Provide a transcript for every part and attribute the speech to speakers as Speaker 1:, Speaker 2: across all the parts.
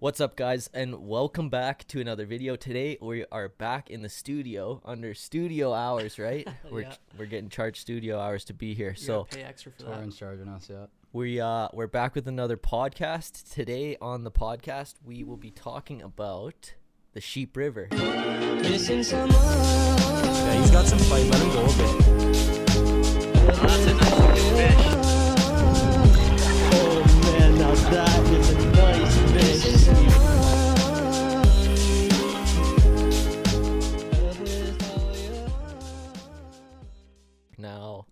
Speaker 1: What's up, guys, and welcome back to another video. Today we are back in the studio under studio hours, right? We're
Speaker 2: Yeah.
Speaker 1: we're getting charged studio hours to be here.
Speaker 2: You
Speaker 1: So
Speaker 2: gotta pay extra for that.
Speaker 3: Torrens charging us, yeah.
Speaker 1: we uh we're back with another podcast. Today on the podcast we will be talking about the Sheep River.
Speaker 4: Yeah, he's got some fight. Let him go a bit.
Speaker 5: Oh man, now that is a nice fish.
Speaker 1: Now,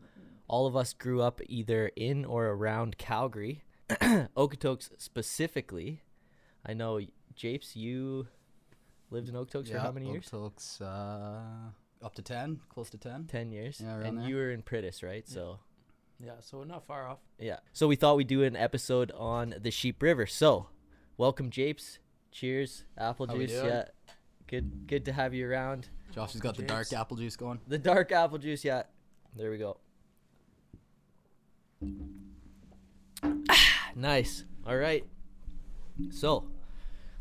Speaker 1: all of us grew up either in or around Calgary, Okotoks specifically. I know Japes, you lived in Okotoks for
Speaker 3: Yeah,
Speaker 1: how many years?
Speaker 3: Oaktalk's, uh, up to 10, close to 10.
Speaker 1: 10 years
Speaker 3: Yeah, around
Speaker 1: and
Speaker 3: there.
Speaker 1: you were in Pritis, right so
Speaker 2: Yeah, so not far off.
Speaker 1: yeah so we thought we'd do an episode on the sheep river so welcome japes cheers apple
Speaker 3: How we
Speaker 1: juice
Speaker 3: doing?
Speaker 1: yeah good good to have you around
Speaker 3: Josh has got the dark
Speaker 2: James.
Speaker 3: apple juice going.
Speaker 1: the dark apple juice yeah there we go Ah, nice all right so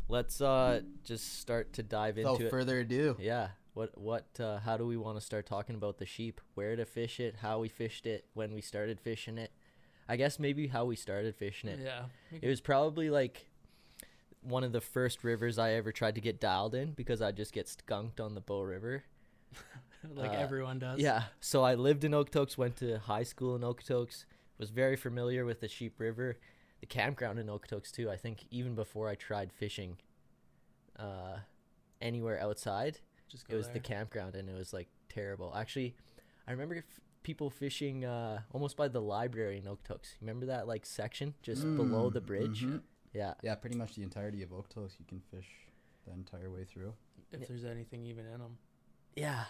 Speaker 1: let's uh just start to dive
Speaker 3: Without
Speaker 1: into it
Speaker 3: further ado,
Speaker 1: yeah what what uh, how do we want to start talking about the sheep where to fish it how we fished it when we started fishing it i guess maybe how we started fishing it
Speaker 2: Yeah. we
Speaker 1: it
Speaker 2: could-
Speaker 1: was probably like one of the first rivers i ever tried to get dialed in because i just get skunked on the bow river
Speaker 2: like
Speaker 1: uh,
Speaker 2: everyone does.
Speaker 1: yeah so i lived in okotoks went to high school in okotoks was very familiar with the sheep river the campground in okotoks too i think even before i tried fishing uh, anywhere outside
Speaker 2: Just go
Speaker 1: it was the
Speaker 2: there.
Speaker 1: campground and it was like terrible actually i remember f- people fishing uh almost by the library in okotoks remember that like section just below the bridge
Speaker 3: mhm.
Speaker 1: yeah
Speaker 3: Yeah, pretty much the entirety of Oaktalk's you can fish the entire way through.
Speaker 2: if there's anything even in them.
Speaker 1: yeah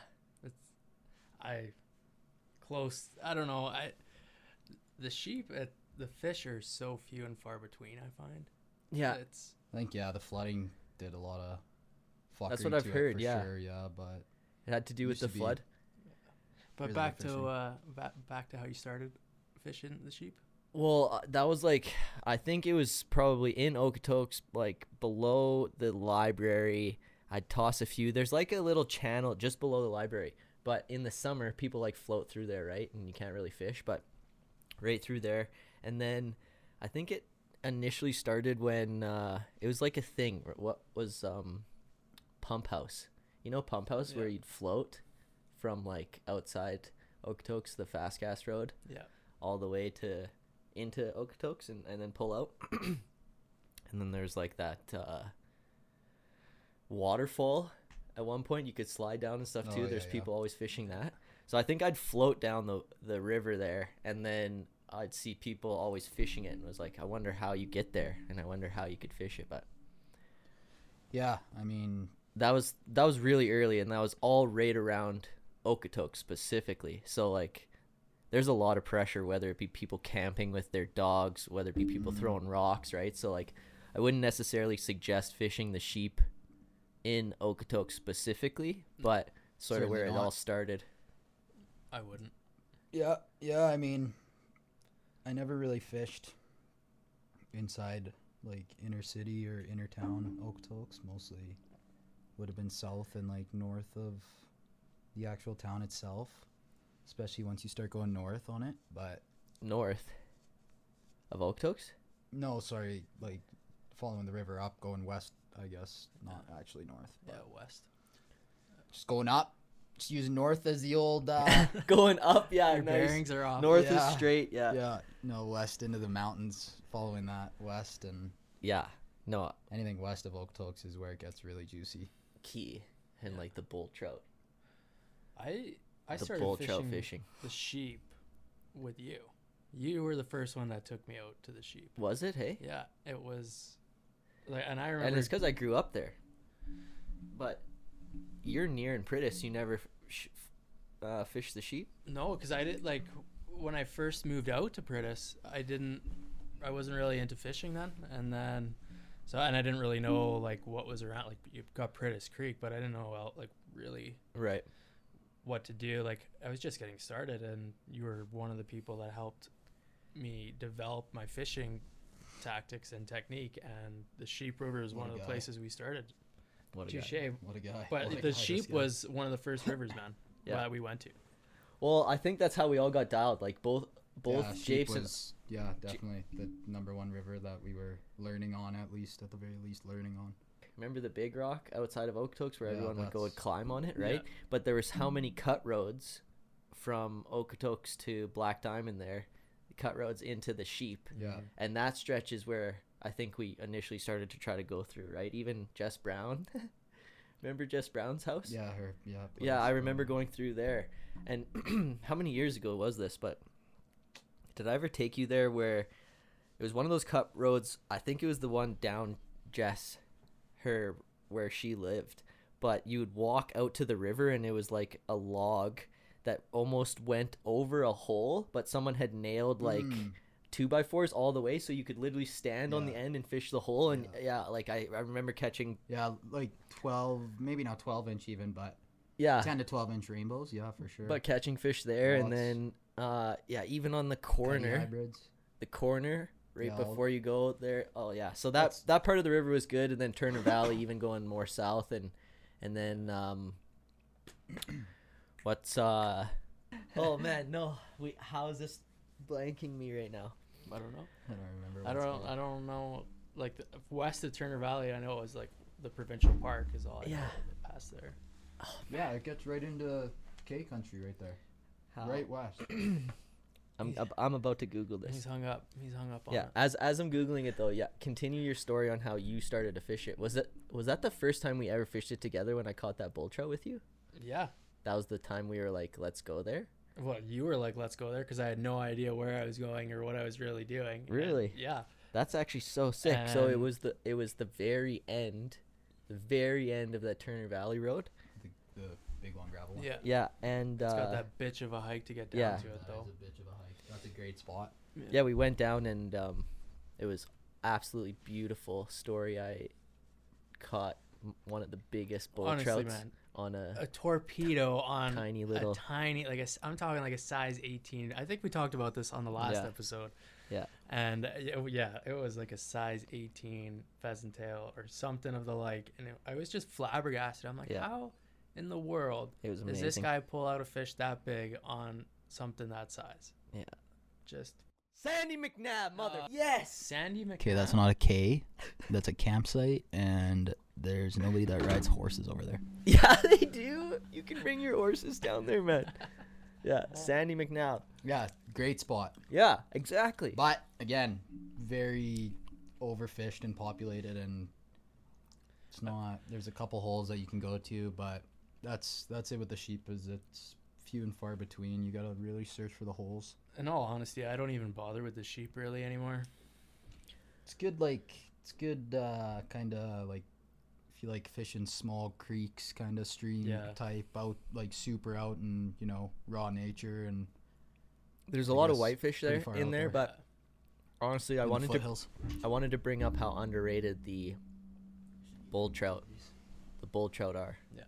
Speaker 2: I close. I don't know. I the sheep at the fish are so few and far between. I find.
Speaker 1: yeah
Speaker 2: It's
Speaker 3: I think, yeah, the flooding did a lot of fuckery
Speaker 1: what I've
Speaker 3: to it
Speaker 1: heard,
Speaker 3: for
Speaker 1: yeah.
Speaker 3: Sure, yeah, but
Speaker 1: it had to do with
Speaker 3: Used
Speaker 1: the
Speaker 3: to be-
Speaker 1: flood
Speaker 2: but
Speaker 3: Really
Speaker 2: back to
Speaker 3: fishing.
Speaker 2: uh back, back to how you started fishing the sheep.
Speaker 1: well uh, that was like i think it was probably in okotoks like below the library i'd toss a few there's like a little channel just below the library but in the summer people like float through there right and you can't really fish but right through there and then i think it initially started when uh it was like a thing r- what was um pump house you know pump house where
Speaker 2: Yeah.
Speaker 1: you'd float from like outside okotoks the fast gas road
Speaker 2: Yeah.
Speaker 1: all the way to into okotoks and, and then pull out and then there's like that uh waterfall at one point you could slide down and stuff
Speaker 3: Oh,
Speaker 1: too
Speaker 3: yeah,
Speaker 1: there's
Speaker 3: yeah.
Speaker 1: people always fishing that so i think i'd float down the the river there and then i'd see people always fishing it and was like i wonder how you get there and i wonder how you could fish it but
Speaker 3: yeah, I mean,
Speaker 1: that was that was really early and that was all right around Okotok specifically. So like there's a lot of pressure whether it be people camping with their dogs, whether it be people
Speaker 2: Mm-hmm.
Speaker 1: throwing rocks, right? So like I wouldn't necessarily suggest fishing the sheep in Okotok specifically,
Speaker 2: Mm.
Speaker 1: but sort of
Speaker 3: Certainly
Speaker 1: where it
Speaker 3: not.
Speaker 1: all started.
Speaker 2: I wouldn't.
Speaker 3: Yeah, yeah. I mean, I never really fished inside like inner city or inner town Okotoks. Mostly would have been south and like north of the actual town itself, especially once you start going north on it. But
Speaker 1: North of Okotoks?
Speaker 3: no, sorry, like following the river up, going west. I guess not actually north,
Speaker 2: Yeah,
Speaker 3: but
Speaker 2: west.
Speaker 3: just going up. Just using north as the old. Uh,
Speaker 1: Going up, yeah,
Speaker 2: Your
Speaker 1: Uh, nice.
Speaker 2: bearings are off.
Speaker 1: North
Speaker 3: Yeah.
Speaker 1: is straight, yeah. yeah.
Speaker 3: yeah, no, west into the mountains. Following that west and.
Speaker 1: No,
Speaker 3: anything west of Okotoks is where it gets really juicy.
Speaker 1: key and like the bull trout.
Speaker 2: I I
Speaker 1: the
Speaker 2: started
Speaker 1: bull
Speaker 2: fishing,
Speaker 1: trout fishing.
Speaker 2: the sheep with you. You were the first one that took me out to the sheep.
Speaker 1: Was it, hey?
Speaker 2: Yeah, it was. Like, and I remember.
Speaker 1: and it's because I grew up there. But you're near and Pritis. You never f- sh- f- uh, fish the sheep.
Speaker 2: no, because I did like when I first moved out to Pritis, I didn't. I wasn't really into fishing then, and then so and I didn't really know like what was around. Like you've got Pritis Creek, but I didn't know well, like really
Speaker 1: Right.
Speaker 2: what to do. Like I was just getting started, and you were one of the people that helped me develop my fishing tactics and technique. And the sheep river is
Speaker 3: What
Speaker 2: one
Speaker 3: a
Speaker 2: of the
Speaker 3: guy.
Speaker 2: places we started.
Speaker 1: What a guy.
Speaker 2: Touche.
Speaker 3: What a guy.
Speaker 2: But
Speaker 3: What a
Speaker 2: the
Speaker 3: guy, this
Speaker 2: sheep
Speaker 3: guy.
Speaker 2: was one of the first rivers, man,
Speaker 1: Yeah.
Speaker 2: that we went to.
Speaker 1: Well, I think that's how we all got dialed. Like both both
Speaker 3: yeah, sheep
Speaker 1: Japes and
Speaker 3: was, yeah, definitely the number one river that we were learning on at least, at the very least, learning on.
Speaker 1: remember the big rock outside of Okotoks where
Speaker 3: Yeah,
Speaker 1: everyone would go and
Speaker 3: that's- Mm.
Speaker 1: climb on it, right? But there was how many cut roads from Okotoks to Black Diamond there, cut roads into the sheep.
Speaker 3: Yeah,
Speaker 1: And that stretch is where I think we initially started to try to go through, right? Even Jess Brown. remember Jess Brown's house?
Speaker 3: yeah, her, yeah.
Speaker 1: Yeah,
Speaker 3: place,
Speaker 1: I
Speaker 3: uh,
Speaker 1: remember going through there. And how many years ago was this? But did I ever take you there where it was one of those cut roads? I think it was the one down Jess, her, where she lived. But you would walk out to the river and it was like a log that almost went over a hole, but someone had nailed like
Speaker 3: Mm.
Speaker 1: two by fours all the way so you could literally stand on the
Speaker 3: Yeah.
Speaker 1: end and fish the hole. And yeah, like I, I remember catching,
Speaker 3: Yeah, like 12, maybe not 12 inch even, but
Speaker 2: Ah.
Speaker 1: yeah.
Speaker 3: 10 to 12 inch rainbows. Yeah, for sure.
Speaker 1: but catching fish there and
Speaker 3: Lots.
Speaker 1: then uh yeah even on the
Speaker 3: Tiny
Speaker 1: corner
Speaker 3: hybrids.
Speaker 1: the corner right
Speaker 3: Yeah, all-
Speaker 1: before you go there oh yeah so that
Speaker 3: That's-
Speaker 1: that part of the river was good and then turner valley even going more south and and then um what's uh oh man no we how is this blanking me right now
Speaker 2: I don't know.
Speaker 3: I don't remember. what
Speaker 2: I
Speaker 3: it's
Speaker 2: don't.
Speaker 3: called.
Speaker 2: I don't know. Like the, west of Turner Valley, I know it was like the provincial park is all. I know
Speaker 1: Yeah.
Speaker 2: Past there.
Speaker 3: Yeah, it gets right into K country right there,
Speaker 2: Ah.
Speaker 1: how?
Speaker 3: right west.
Speaker 1: i'm ab- i'm about to google
Speaker 2: He's
Speaker 1: this
Speaker 2: hung up. He's hung up on
Speaker 1: yeah as as i'm googling it though yeah continue your story on how you started to fish it was that was that the first time we ever fished it together when i caught that bull trout with you
Speaker 2: it. Yeah.
Speaker 1: that was the time we were like, let's go there.
Speaker 2: Well, you were like, "Let's go there," because I had no idea where I was going or what I was really doing. and-
Speaker 1: Really?
Speaker 2: yeah.
Speaker 1: That's actually so sick. so it
Speaker 2: And-
Speaker 1: was the it was the very end, the very end of that Turner Valley Road.
Speaker 3: The, the big long gravel one.
Speaker 2: Yeah.
Speaker 1: Yeah, and
Speaker 2: It's got
Speaker 1: uh,
Speaker 2: that bitch of a hike to get down
Speaker 1: yeah.
Speaker 2: to
Speaker 3: That
Speaker 2: it,
Speaker 3: is
Speaker 2: though.
Speaker 3: a bitch of a hike. That's a great spot.
Speaker 1: yeah, we went down and um, it was absolutely beautiful story. I caught m- one of the biggest bull
Speaker 2: Honestly,
Speaker 1: trouts
Speaker 2: man. Uh,
Speaker 1: on a
Speaker 2: A torpedo on
Speaker 1: Tiny
Speaker 2: a
Speaker 1: little-
Speaker 2: tiny like a s- I'm talking like a size 18. I think we talked about this on the last
Speaker 1: Yeah.
Speaker 2: episode.
Speaker 1: Yeah.
Speaker 2: And uh, y- oh, yeah, it was like a size 18 pheasant tail or something of the like, and it, I was just flabbergasted. I'm like,
Speaker 1: Yeah.
Speaker 2: how in the world
Speaker 1: It was
Speaker 2: does this
Speaker 1: amazing.
Speaker 2: guy pull out a fish that big on something that size?
Speaker 1: Yeah.
Speaker 2: Just
Speaker 1: Sandy McNabb, mother.
Speaker 2: Uh,
Speaker 1: yes.
Speaker 2: Sandy McNabb.
Speaker 3: Okay, that's not a K. That's a campsite, and there's nobody that rides horses over there.
Speaker 1: Yeah, they do. You can bring your horses down there, man. Yeah, Sandy McNabb.
Speaker 3: Yeah, great spot.
Speaker 1: Yeah, exactly.
Speaker 3: But again, very overfished and populated, and it's not. There's a couple holes that you can go to, but that's that's it with the sheep. Is it's few and far between. You gotta really search for the holes.
Speaker 2: In all honesty, I don't even bother with the sheep really anymore.
Speaker 3: It's good, like it's good, uh, kind of like if you like fishing small creeks, kind of stream
Speaker 2: Yeah.
Speaker 3: type out, like super out and you know raw nature and
Speaker 1: There's a
Speaker 3: I
Speaker 1: lot of
Speaker 3: guess
Speaker 1: whitefish
Speaker 3: pretty
Speaker 1: there
Speaker 3: far
Speaker 1: in
Speaker 3: out
Speaker 1: there,
Speaker 3: there.
Speaker 1: but honestly, I
Speaker 3: in the
Speaker 1: wanted to
Speaker 3: foothills.
Speaker 1: I wanted to bring up how underrated the bull trout, the bull trout are.
Speaker 2: Yeah.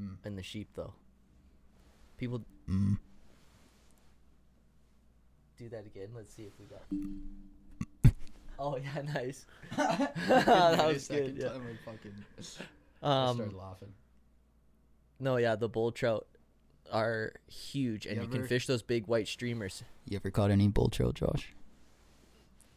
Speaker 3: Mm.
Speaker 1: And the sheep though. People
Speaker 3: Mm.
Speaker 1: do that again. Let's see if we got. oh yeah, nice. that was good.
Speaker 3: Second
Speaker 1: Yeah.
Speaker 3: time I fucking I
Speaker 1: Um,
Speaker 3: started laughing.
Speaker 1: no, yeah, the bull trout are huge, and
Speaker 3: You
Speaker 1: you, can
Speaker 3: ever-
Speaker 1: fish those big white streamers.
Speaker 3: You ever caught any bull trail, Josh?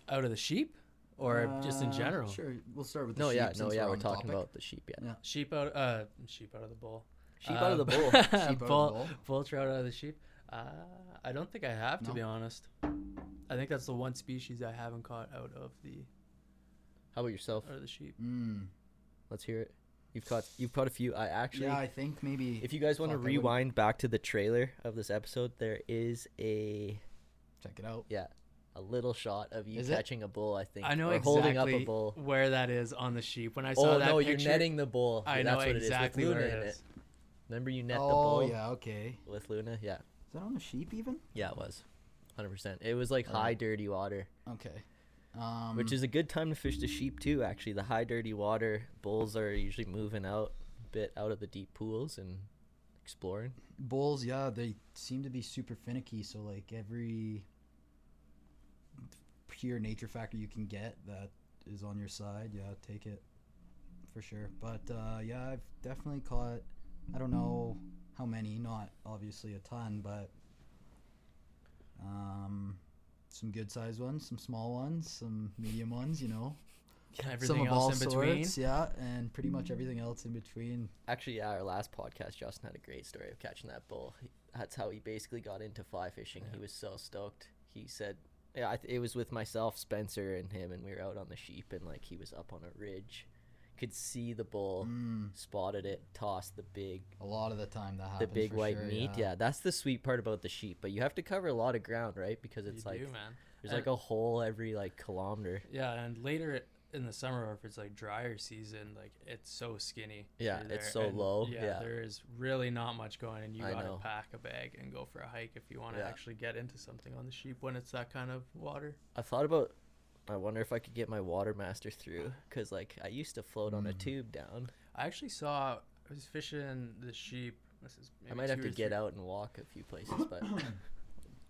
Speaker 2: Out of the sheep, or just in
Speaker 3: Uh,
Speaker 2: general?
Speaker 3: Sure, we'll start with the
Speaker 1: No,
Speaker 3: sheep
Speaker 1: yeah, no,
Speaker 3: since
Speaker 1: yeah,
Speaker 3: we're,
Speaker 1: we're
Speaker 3: on the
Speaker 1: talking
Speaker 3: topic.
Speaker 1: about the sheep. Yeah,
Speaker 2: Sheep out, uh, sheep out of the bowl.
Speaker 1: sheep out of the
Speaker 2: Um,
Speaker 1: bull.
Speaker 3: out of the
Speaker 2: bull,
Speaker 3: bowl?
Speaker 2: bull trout out of the sheep. Uh, I don't think I have to
Speaker 3: No.
Speaker 2: be honest. I think that's the one species I haven't caught out of the
Speaker 1: How about yourself?
Speaker 2: out of the sheep.
Speaker 3: Mm.
Speaker 1: Let's hear it. You've caught you've caught a few. I actually
Speaker 3: yeah, I think maybe
Speaker 1: If you guys want to
Speaker 3: Fuck, I wouldn't-
Speaker 1: rewind back to the trailer of this episode, there is a
Speaker 3: check it out.
Speaker 1: yeah, a little shot of you
Speaker 3: Is it?
Speaker 1: catching a bull. I think
Speaker 2: I know
Speaker 1: or
Speaker 2: exactly
Speaker 1: holding up a bull.
Speaker 2: where that is on the sheep. When I saw
Speaker 1: Oh
Speaker 2: that
Speaker 1: no,
Speaker 2: picture,
Speaker 1: you're netting the bull.
Speaker 2: I
Speaker 1: Yeah,
Speaker 2: know
Speaker 1: that's what
Speaker 2: exactly
Speaker 1: it is with
Speaker 2: where
Speaker 1: Luna
Speaker 2: it
Speaker 1: in
Speaker 2: is.
Speaker 1: it. Remember you net the
Speaker 3: oh
Speaker 1: bull
Speaker 3: yeah, okay.
Speaker 1: with Luna? Yeah,
Speaker 3: Is that on a sheep even?
Speaker 1: yeah, it was. Hundred percent. It was
Speaker 2: Uh,
Speaker 1: like high dirty water,
Speaker 3: Okay. Um,
Speaker 1: which is a good time to fish the sheep too. Actually, the high dirty water bulls are usually moving out a bit out of the deep pools and exploring.
Speaker 3: bulls. Yeah, they seem to be super finicky. So like every pure nature factor you can get that is on your side, yeah, take it for sure. But uh, yeah, I've definitely caught. I don't know how many, not obviously a ton, but um, some good sized ones, some small ones, some medium ones. You know,
Speaker 2: Everything
Speaker 3: some of all
Speaker 2: else in between.
Speaker 3: sorts, yeah, and pretty much everything else in between.
Speaker 1: Actually, yeah, our last podcast, Justin had a great story of catching that bull. He- That's how he basically got into fly fishing. He was so stoked. He said, "Yeah, I th- it was with myself, Spencer, and him, and we were out on the sheep, and like he was up on a ridge, could see the bull,
Speaker 3: Mm,
Speaker 1: spotted it, tossed the big,
Speaker 3: a lot of the time that
Speaker 1: the
Speaker 3: happens.
Speaker 1: big
Speaker 3: for
Speaker 1: white
Speaker 3: sure,
Speaker 1: meat. Yeah. that's the sweet part about the sheep. But you have to cover a lot of ground, right? Because it's
Speaker 2: you
Speaker 1: like
Speaker 2: do, man.
Speaker 1: there's like
Speaker 2: And-
Speaker 1: a hole every like kilometer.
Speaker 2: Yeah, and later in the summer, or if it's like drier season, like it's so skinny.
Speaker 1: Yeah,
Speaker 2: through
Speaker 1: it's
Speaker 2: there,
Speaker 1: so
Speaker 2: and
Speaker 1: low, yeah.
Speaker 2: there is really not much going, and you
Speaker 1: I
Speaker 2: gotta
Speaker 1: know.
Speaker 2: pack a bag and go for a hike if you want to
Speaker 1: Yeah.
Speaker 2: actually get into something on the sheep when it's that kind of water.
Speaker 1: I thought about. I wonder if I could get my water master through, cause like I used to float on a tube down.
Speaker 2: I actually saw I was fishing the sheep. This is
Speaker 1: I
Speaker 2: maybe
Speaker 1: might have
Speaker 2: two
Speaker 1: to
Speaker 2: or
Speaker 1: get
Speaker 2: three-
Speaker 1: out and walk a few places, but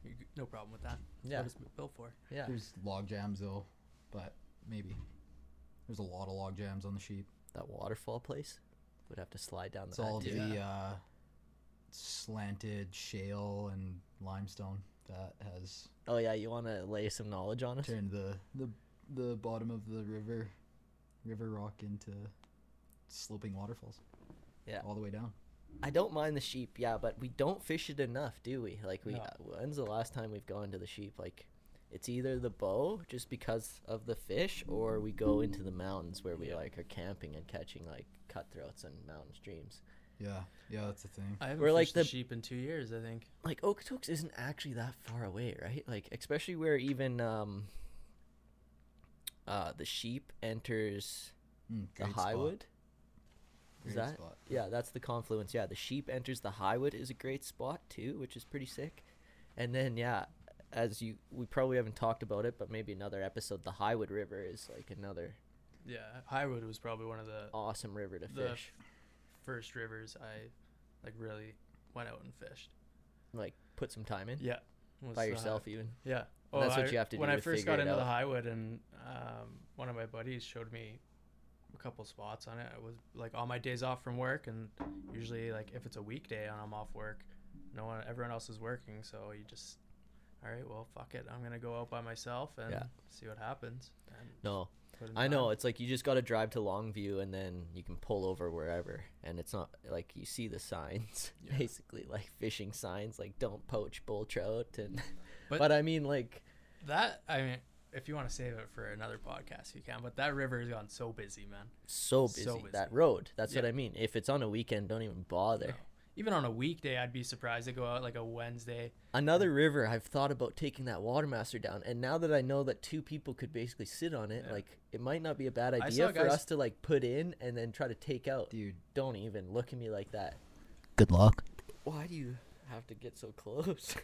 Speaker 2: you g- No problem with that.
Speaker 1: yeah,
Speaker 2: What is it built for?
Speaker 1: yeah.
Speaker 3: There's log jams though, but maybe there's a lot of log jams on the sheep.
Speaker 1: That waterfall place would have to slide down
Speaker 3: It's
Speaker 1: that.
Speaker 3: all
Speaker 1: too.
Speaker 2: idea.
Speaker 3: the uh, slanted shale and limestone that has
Speaker 1: Oh yeah, you want to lay some knowledge on us?
Speaker 3: turned the the the bottom of the river river rock into sloping waterfalls.
Speaker 1: Yeah.
Speaker 3: all the way down.
Speaker 1: I don't mind the sheep, yeah, but we don't fish it enough, do we? Like we uh,
Speaker 2: No.
Speaker 1: when's the last time we've gone to the sheep? Like it's either the bow just because of the fish or we go into the mountains where we
Speaker 2: Yeah.
Speaker 1: like are camping and catching like cutthroats and mountain streams.
Speaker 3: Yeah, yeah, that's the thing.
Speaker 2: I haven't
Speaker 1: We're like
Speaker 2: fished the
Speaker 1: the-
Speaker 2: sheep in two years. I think.
Speaker 1: Like Okotoks isn't actually that far away, right? Like especially where even um uh the sheep enters
Speaker 3: Mm,
Speaker 1: the
Speaker 3: great spot,
Speaker 1: Highwood. Is
Speaker 3: great
Speaker 1: that?
Speaker 3: spot.
Speaker 1: Yeah, that's the confluence. Yeah, the sheep enters the Highwood is a great spot too, which is pretty sick. And then yeah, as you we probably haven't talked about it, but maybe another episode. The Highwood River is like another
Speaker 2: Yeah, Highwood was probably one of the
Speaker 1: awesome river to
Speaker 2: The-
Speaker 1: fish.
Speaker 2: first rivers I like really went out and fished.
Speaker 1: Like put some time in
Speaker 2: Yeah, was
Speaker 1: by
Speaker 2: the
Speaker 1: yourself even.
Speaker 2: Yeah.
Speaker 1: And that's what
Speaker 2: I-
Speaker 1: you have to
Speaker 2: when
Speaker 1: do
Speaker 2: I
Speaker 1: to
Speaker 2: first
Speaker 1: figure
Speaker 2: got
Speaker 1: it
Speaker 2: into the
Speaker 1: out.
Speaker 2: Highwood, and um, one of my buddies showed me a couple spots on it. I was like on my days off from work, and usually like if it's a weekday and I'm off work, no one, everyone else is working, so you just, all right, well, fuck it, I'm gonna go out by myself and
Speaker 1: Yeah.
Speaker 2: see what happens. And
Speaker 1: No,
Speaker 2: put in
Speaker 1: I know
Speaker 2: time.
Speaker 1: it's like you just got to drive to Longview and then you can pull over wherever, and it's not like you see the signs
Speaker 2: Yeah.
Speaker 1: basically like fishing signs like don't poach bull trout and.
Speaker 2: But-
Speaker 1: but I mean like
Speaker 2: that. I mean, if you want to save it for another podcast, you can. But that river has gone so busy, man.
Speaker 1: so busy,
Speaker 2: So
Speaker 1: that
Speaker 2: busy.
Speaker 1: road. That's what
Speaker 2: Yeah.
Speaker 1: I mean. If it's on a weekend, don't even bother.
Speaker 2: No. Even on a weekday, I'd be surprised to go out like a Wednesday.
Speaker 1: Another river I've thought about taking that watermaster down, and now that I know that two people could basically sit on it,
Speaker 2: Yeah.
Speaker 1: like it might not be a bad
Speaker 2: I
Speaker 1: idea
Speaker 2: saw
Speaker 1: for
Speaker 2: guys-
Speaker 1: us to like put in and then try to take out.
Speaker 3: Dude,
Speaker 1: Don't even look at me like that.
Speaker 3: good luck.
Speaker 1: Why do you have to get so close?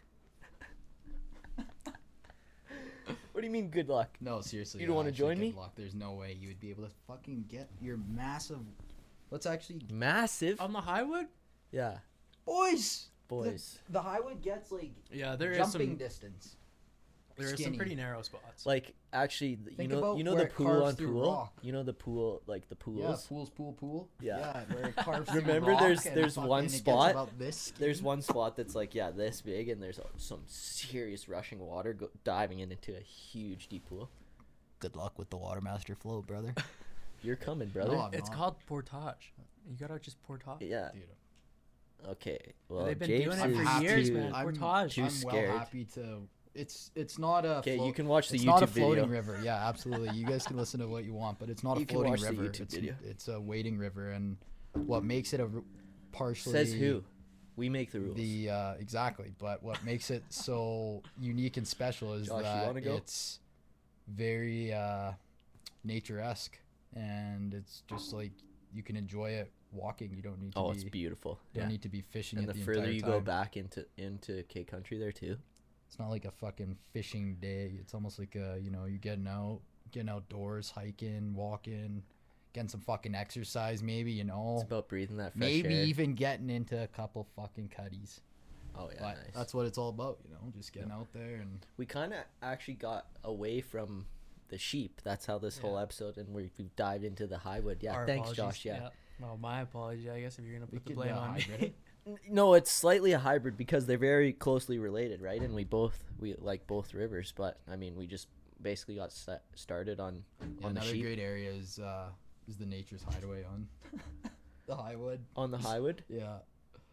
Speaker 1: what do you mean good luck?
Speaker 3: No, seriously.
Speaker 1: You don't
Speaker 3: yeah,
Speaker 1: wanna
Speaker 3: actually,
Speaker 1: join
Speaker 3: good
Speaker 1: me?
Speaker 3: Luck. There's no way you would be able to fucking get your massive. Let's actually,
Speaker 1: Massive.
Speaker 3: Um,
Speaker 2: On the Highwood,
Speaker 1: yeah,
Speaker 3: boys.
Speaker 1: boys.
Speaker 3: The highway gets like
Speaker 2: yeah, there is
Speaker 3: jumping
Speaker 2: some
Speaker 3: distance.
Speaker 2: There are some
Speaker 3: skinny.
Speaker 2: pretty narrow spots.
Speaker 1: Like actually, th- you
Speaker 3: Think
Speaker 1: know,
Speaker 3: about
Speaker 1: you know
Speaker 3: where
Speaker 1: the
Speaker 3: it
Speaker 1: pool
Speaker 3: carves
Speaker 1: on
Speaker 3: through
Speaker 1: pool.
Speaker 3: rock.
Speaker 1: You know the pool, like the pools.
Speaker 3: Yeah, pools, pool, pool.
Speaker 1: Yeah.
Speaker 3: where it carves through
Speaker 1: Remember
Speaker 3: rock
Speaker 1: there's-
Speaker 3: and
Speaker 1: there's
Speaker 3: fucking
Speaker 1: one
Speaker 3: it gets
Speaker 1: spot?
Speaker 3: about this.
Speaker 1: There's one spot that's like yeah this big, and there's uh, some serious rushing water go- diving in into a huge deep pool.
Speaker 3: Good luck with the Watermaster flow, brother.
Speaker 1: You're coming, brother.
Speaker 3: No, I'm
Speaker 2: it's
Speaker 3: not.
Speaker 2: called portage. You gotta just portage.
Speaker 1: yeah.
Speaker 3: Dude,
Speaker 1: Okay. Well,
Speaker 2: They've been
Speaker 1: Jake's
Speaker 2: doing
Speaker 3: I'm
Speaker 2: it
Speaker 1: is
Speaker 2: for
Speaker 3: happy-
Speaker 2: years,
Speaker 1: too-
Speaker 2: man.
Speaker 3: I'm,
Speaker 2: Portage.
Speaker 1: Too
Speaker 3: I'm
Speaker 1: scared.
Speaker 3: well happy to. It's it's not a.
Speaker 1: Okay,
Speaker 3: float-
Speaker 1: you can watch the
Speaker 3: it's not a
Speaker 1: YouTube
Speaker 3: floating
Speaker 1: video.
Speaker 3: river. Yeah, absolutely. You guys can listen to what you want, but it's not
Speaker 1: You
Speaker 3: a
Speaker 1: can
Speaker 3: floating
Speaker 1: watch the
Speaker 3: river.
Speaker 1: YouTube
Speaker 3: it's
Speaker 1: video.
Speaker 3: it's a waiting river, and what makes it a r- partially
Speaker 1: Says who? We make the rules.
Speaker 3: the uh, exactly but what makes it so unique and special is
Speaker 1: Josh, you wanna
Speaker 3: that
Speaker 1: go?
Speaker 3: it's very uh, nature-esque and it's just like you can enjoy it walking you don't need to
Speaker 1: oh,
Speaker 3: be
Speaker 1: it's beautiful.
Speaker 3: don't
Speaker 1: Yeah.
Speaker 3: need to be fishing
Speaker 1: And
Speaker 3: it
Speaker 1: the,
Speaker 3: the,
Speaker 1: further
Speaker 3: entire
Speaker 1: you
Speaker 3: time.
Speaker 1: go back into into K country, there too.
Speaker 3: it's not like a fucking fishing day it's almost like uh you know you're getting out getting outdoors hiking walking getting some fucking exercise maybe you know
Speaker 1: It's about breathing that fresh
Speaker 3: Oh. maybe
Speaker 1: air.
Speaker 3: even getting into a couple fucking cutties
Speaker 1: Oh yeah,
Speaker 3: but
Speaker 1: nice.
Speaker 3: that's what it's all about, you know, just getting out there and
Speaker 1: we kind of actually got away from the sheep. That's how this whole
Speaker 2: Yeah.
Speaker 1: episode and we we dived into the highwood. Yeah,
Speaker 2: Our
Speaker 1: thanks,
Speaker 2: apologies.
Speaker 1: Josh. Yeah.
Speaker 2: Well, my apology. I guess if you're gonna
Speaker 3: we
Speaker 2: put the
Speaker 3: could,
Speaker 2: blame
Speaker 3: uh,
Speaker 2: on
Speaker 3: hybrid
Speaker 2: me.
Speaker 3: it.
Speaker 1: N- No, it's slightly a hybrid because they're very closely related, right? And we both we like both rivers, but I mean, we just basically got sta started on
Speaker 3: Yeah,
Speaker 1: on the
Speaker 3: another
Speaker 1: sheep
Speaker 3: great area is uh, is the nature's hideaway on the highwood.
Speaker 1: on the highwood.
Speaker 3: Yeah,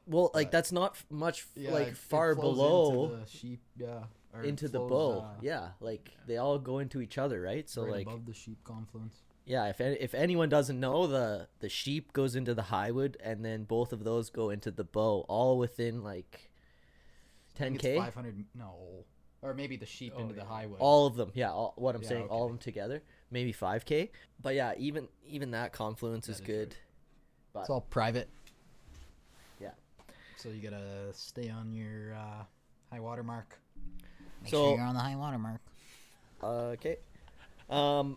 Speaker 1: Well, like
Speaker 3: But-
Speaker 1: that's not f- much f-
Speaker 3: yeah
Speaker 1: like
Speaker 3: it- it
Speaker 1: far
Speaker 3: flows
Speaker 1: below
Speaker 3: into the sheep. Yeah, or it
Speaker 1: into the
Speaker 3: flows,
Speaker 1: bow.
Speaker 3: uh,
Speaker 1: yeah, like they all go into each other, right? So
Speaker 3: right
Speaker 1: like,
Speaker 3: above the sheep confluence.
Speaker 1: yeah, if any, if anyone doesn't know, the the sheep goes into the highwood, and then both of those go into the bow, all within like ten k.
Speaker 3: Five hundred. No, or maybe the sheep
Speaker 2: Oh,
Speaker 3: into
Speaker 2: yeah.
Speaker 3: the highwood.
Speaker 1: All of them, yeah. All, what I'm
Speaker 3: Yeah,
Speaker 1: saying, all of
Speaker 3: okay.
Speaker 1: them together, maybe five k. But yeah, even even that confluence is
Speaker 3: That is
Speaker 1: good.
Speaker 3: it's all private.
Speaker 1: Yeah.
Speaker 3: So you gotta stay on your uh, high water mark. Make
Speaker 1: So-
Speaker 3: sure you're on the high water mark.
Speaker 1: Uh, Okay. Um,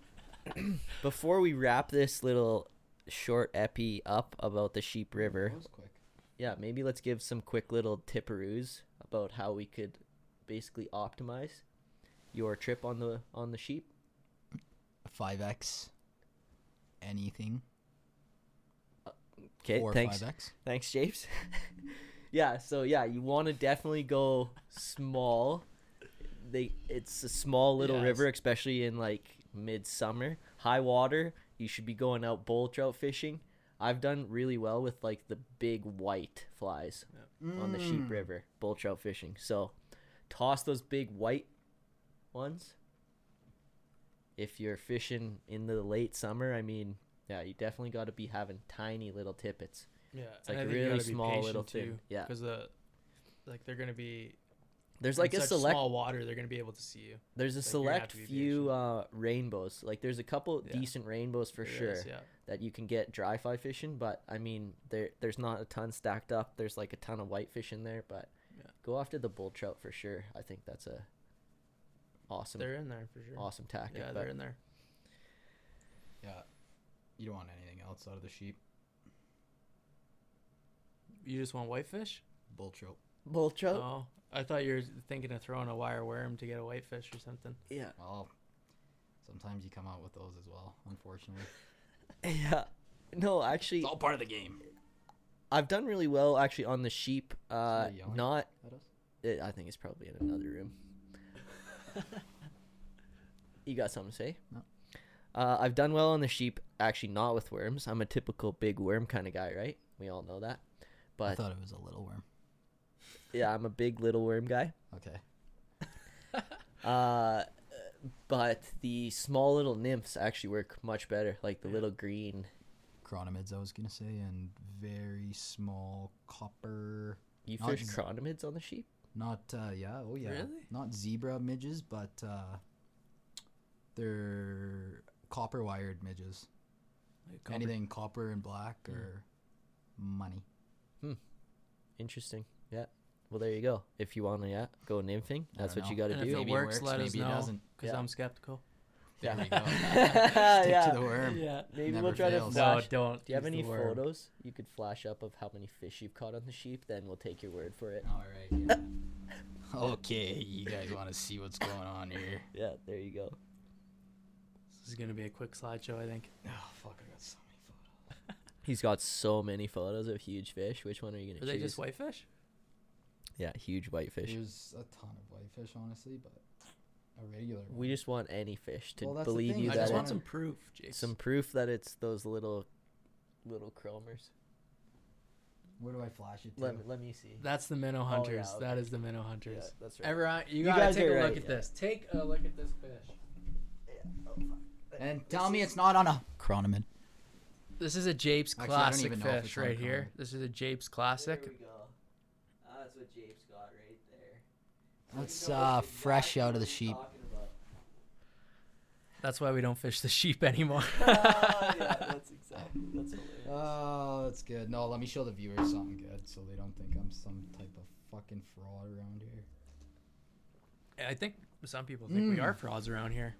Speaker 1: before we wrap this little short epi up about the Sheep River,
Speaker 3: quick.
Speaker 1: yeah, maybe let's give some quick little tipperoos about how we could basically optimize your trip on the on the sheep.
Speaker 3: Five X. Anything.
Speaker 1: Okay,
Speaker 3: or
Speaker 1: thanks,
Speaker 3: Five eh? X.
Speaker 1: thanks, Japes. yeah, so yeah, you want to definitely go small. They, it's a small little
Speaker 2: Yes.
Speaker 1: river, especially in like midsummer, high water. You should be going out bull trout fishing. I've done really well with like the big white flies on the
Speaker 2: Hmm.
Speaker 1: Sheep
Speaker 3: Mm.
Speaker 1: River bull trout fishing. So, toss those big white ones. If you're fishing in the late summer, I mean, yeah, you definitely got to be having tiny little tippets.
Speaker 2: Yeah,
Speaker 1: It's like really small little thing. Yeah.
Speaker 2: because the like they're gonna be
Speaker 1: There's
Speaker 2: in
Speaker 1: like a
Speaker 2: such
Speaker 1: select
Speaker 2: small water. They're gonna be able to see you.
Speaker 1: there's a
Speaker 2: like, you're gonna have
Speaker 1: select
Speaker 2: to be
Speaker 1: few uh, rainbows. Like there's a couple
Speaker 2: Yeah.
Speaker 1: decent rainbows for
Speaker 2: There
Speaker 1: sure
Speaker 2: is, yeah.
Speaker 1: that you can get dry fly fishing, but I mean there there's not a ton stacked up. There's like a ton of whitefish in there, but
Speaker 2: Yeah.
Speaker 1: go after the bull trout for sure. I think that's a awesome
Speaker 2: They're in there for sure.
Speaker 1: awesome tactic.
Speaker 2: Yeah,
Speaker 1: but
Speaker 2: they're in there.
Speaker 3: Yeah. You don't want anything else out of the sheep.
Speaker 2: You just want whitefish?
Speaker 3: Bull trout.
Speaker 1: bull trout,
Speaker 2: Oh, I thought you were thinking of throwing a wire worm to get a whitefish or something.
Speaker 1: yeah,
Speaker 3: Well, sometimes you come out with those as well. Unfortunately,
Speaker 1: yeah. No, actually,
Speaker 3: it's all part of the game.
Speaker 1: I've done really well actually on the sheep. Uh,
Speaker 3: Somebody yelling?
Speaker 1: not,
Speaker 3: That is-
Speaker 1: it, I think it's probably in another room. you got something to say?
Speaker 3: No.
Speaker 1: Uh, I've done well on the sheep, actually not with worms. I'm a typical big worm kind of guy, right? We all know that.
Speaker 3: I
Speaker 1: But
Speaker 3: thought it was a little worm.
Speaker 1: yeah, I'm a big little worm guy.
Speaker 3: Okay.
Speaker 1: Uh, but the small little nymphs actually work much better, like the little green.
Speaker 3: Chronomids, I was gonna say, and very small copper.
Speaker 1: You
Speaker 3: Not
Speaker 1: fish
Speaker 3: z-
Speaker 1: chronomids on the sheep?
Speaker 3: Not uh, yeah, oh yeah.
Speaker 2: Really?
Speaker 3: Not zebra midges, but uh, they're copper wired midges.
Speaker 2: Like copper-
Speaker 3: Anything copper Hmm. and black or money.
Speaker 1: Interesting. Yeah. Well, there you go. If you want to yeah, go nymphing,
Speaker 3: I
Speaker 1: that's
Speaker 3: don't
Speaker 1: what you
Speaker 3: know.
Speaker 1: got to
Speaker 2: And if
Speaker 1: do.
Speaker 2: it
Speaker 3: Maybe it
Speaker 2: works,
Speaker 3: works,
Speaker 2: let us
Speaker 3: maybe it
Speaker 2: know.
Speaker 3: doesn't.
Speaker 2: Because
Speaker 1: Yeah.
Speaker 2: I'm skeptical.
Speaker 3: There
Speaker 1: Yeah.
Speaker 3: we go. Stick
Speaker 1: yeah.
Speaker 3: to the worm.
Speaker 2: Yeah.
Speaker 1: Maybe
Speaker 3: Never
Speaker 1: we'll try
Speaker 3: fails.
Speaker 1: to
Speaker 2: No,
Speaker 1: flash.
Speaker 2: don't.
Speaker 1: do you have
Speaker 2: use the
Speaker 1: any
Speaker 2: worm.
Speaker 1: photos you could flash up of how many fish you've caught on the sheep? Then we'll take your word for it.
Speaker 3: All right. Yeah. okay, you guys want to see what's going on here?
Speaker 1: Yeah, there you go.
Speaker 2: This is gonna be a quick slideshow, I think.
Speaker 3: Oh fuck! I got so many photos.
Speaker 1: He's got so many photos of huge fish. Which one are you
Speaker 2: Are
Speaker 1: gonna
Speaker 2: they
Speaker 1: choose?
Speaker 2: just whitefish?
Speaker 1: yeah, huge whitefish.
Speaker 3: There's a ton of whitefish, honestly, but a regular.
Speaker 1: We just want any fish to
Speaker 3: Well, that's the
Speaker 1: believe
Speaker 3: thing,
Speaker 1: you
Speaker 2: I
Speaker 3: I
Speaker 1: that
Speaker 2: just
Speaker 3: don't
Speaker 2: want
Speaker 1: it's
Speaker 2: some
Speaker 3: wanna-
Speaker 2: proof, Jason.
Speaker 1: some proof that it's those little, little chromers.
Speaker 3: Where do I flash it to?
Speaker 1: Let me, let me see.
Speaker 2: That's the minnow
Speaker 1: Oh, yeah,
Speaker 2: hunters. That
Speaker 1: okay.
Speaker 2: is the minnow
Speaker 1: Yeah,
Speaker 2: hunters.
Speaker 1: that's right.
Speaker 2: Everyone, you
Speaker 1: You
Speaker 2: gotta
Speaker 1: guys
Speaker 2: take
Speaker 1: are
Speaker 2: a
Speaker 1: right,
Speaker 2: look at
Speaker 1: yeah.
Speaker 2: this. Take a look at this fish.
Speaker 3: and tell me it's not on a chronomid.
Speaker 2: This is a Japes
Speaker 3: Actually, I don't
Speaker 2: classic
Speaker 3: even know if
Speaker 2: fish
Speaker 3: it's on
Speaker 2: right here.
Speaker 3: Chrome.
Speaker 2: This is a Japes
Speaker 1: There
Speaker 2: classic.
Speaker 1: we go. Ah, That's what Jape's got right there.
Speaker 3: That's uh, fresh out of the sheep.
Speaker 2: That's why we don't fish the sheep anymore.
Speaker 1: Ah, that's exactly. That's hilarious.
Speaker 3: Oh, that's good. No, let me show the viewers something good so they don't think I'm some type of fucking fraud around here.
Speaker 2: I think some people think we
Speaker 3: Mm.
Speaker 2: are frauds around here.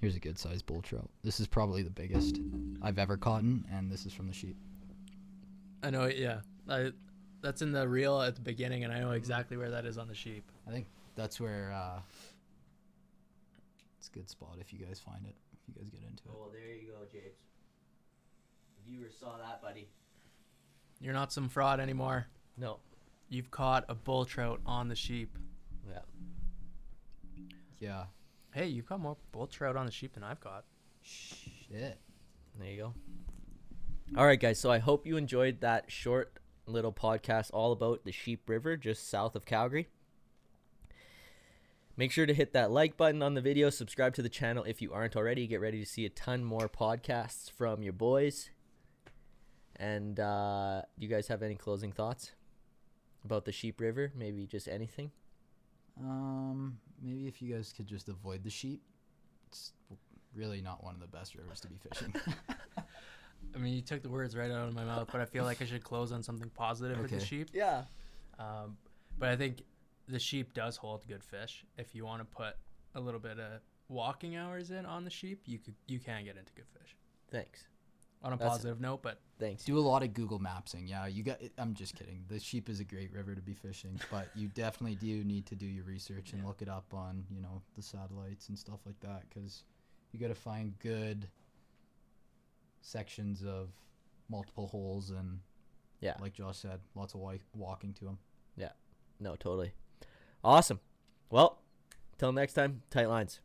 Speaker 3: Here's a good sized bull trout. This is probably the biggest I've ever caught, and this is from the sheep.
Speaker 2: I know, yeah. I That's in the reel at the beginning, and I know exactly where that is on the sheep.
Speaker 3: I think that's where uh, it's a good spot if you guys find it. If you guys get into it.
Speaker 1: Oh, there you go, James. Viewers saw that, buddy.
Speaker 2: You're not some fraud anymore.
Speaker 1: No.
Speaker 2: You've caught a bull trout on the sheep.
Speaker 1: Yeah.
Speaker 3: Yeah.
Speaker 2: Hey, you've caught more bull trout on the sheep than I've caught.
Speaker 3: Shit.
Speaker 1: There you go. All right, guys. So I hope you enjoyed that short little podcast all about the Sheep River just south of Calgary. Make sure to hit that like button on the video. Subscribe to the channel if you aren't already. Get ready to see a ton more podcasts from your boys. And uh, do you guys have any closing thoughts about the Sheep River? Maybe just anything?
Speaker 3: Um, maybe if you guys could just avoid the sheep. It's really not one of the best rivers to be fishing.
Speaker 2: I mean, you took the words right out of my mouth, but I feel like I should close on something positive with the
Speaker 3: Okay.
Speaker 2: sheep.
Speaker 1: Yeah.
Speaker 2: Um, but I think the sheep does hold good fish. If you want to put a little bit of walking hours in on the sheep, you could you can get into good fish.
Speaker 1: Thanks.
Speaker 2: On a
Speaker 1: That's-
Speaker 2: positive note, but
Speaker 1: Thanks.
Speaker 3: Do a lot of Google Mapsing. Yeah, you got. I'm just kidding. The sheep is a great river to be fishing, but you definitely do need to do your research and look it up on you know the satellites and stuff like that because you got to find good sections of multiple holes and
Speaker 1: Yeah.
Speaker 3: like Josh said, lots of wi- walking to them.
Speaker 1: No, totally. Awesome. Well, till next time, tight lines.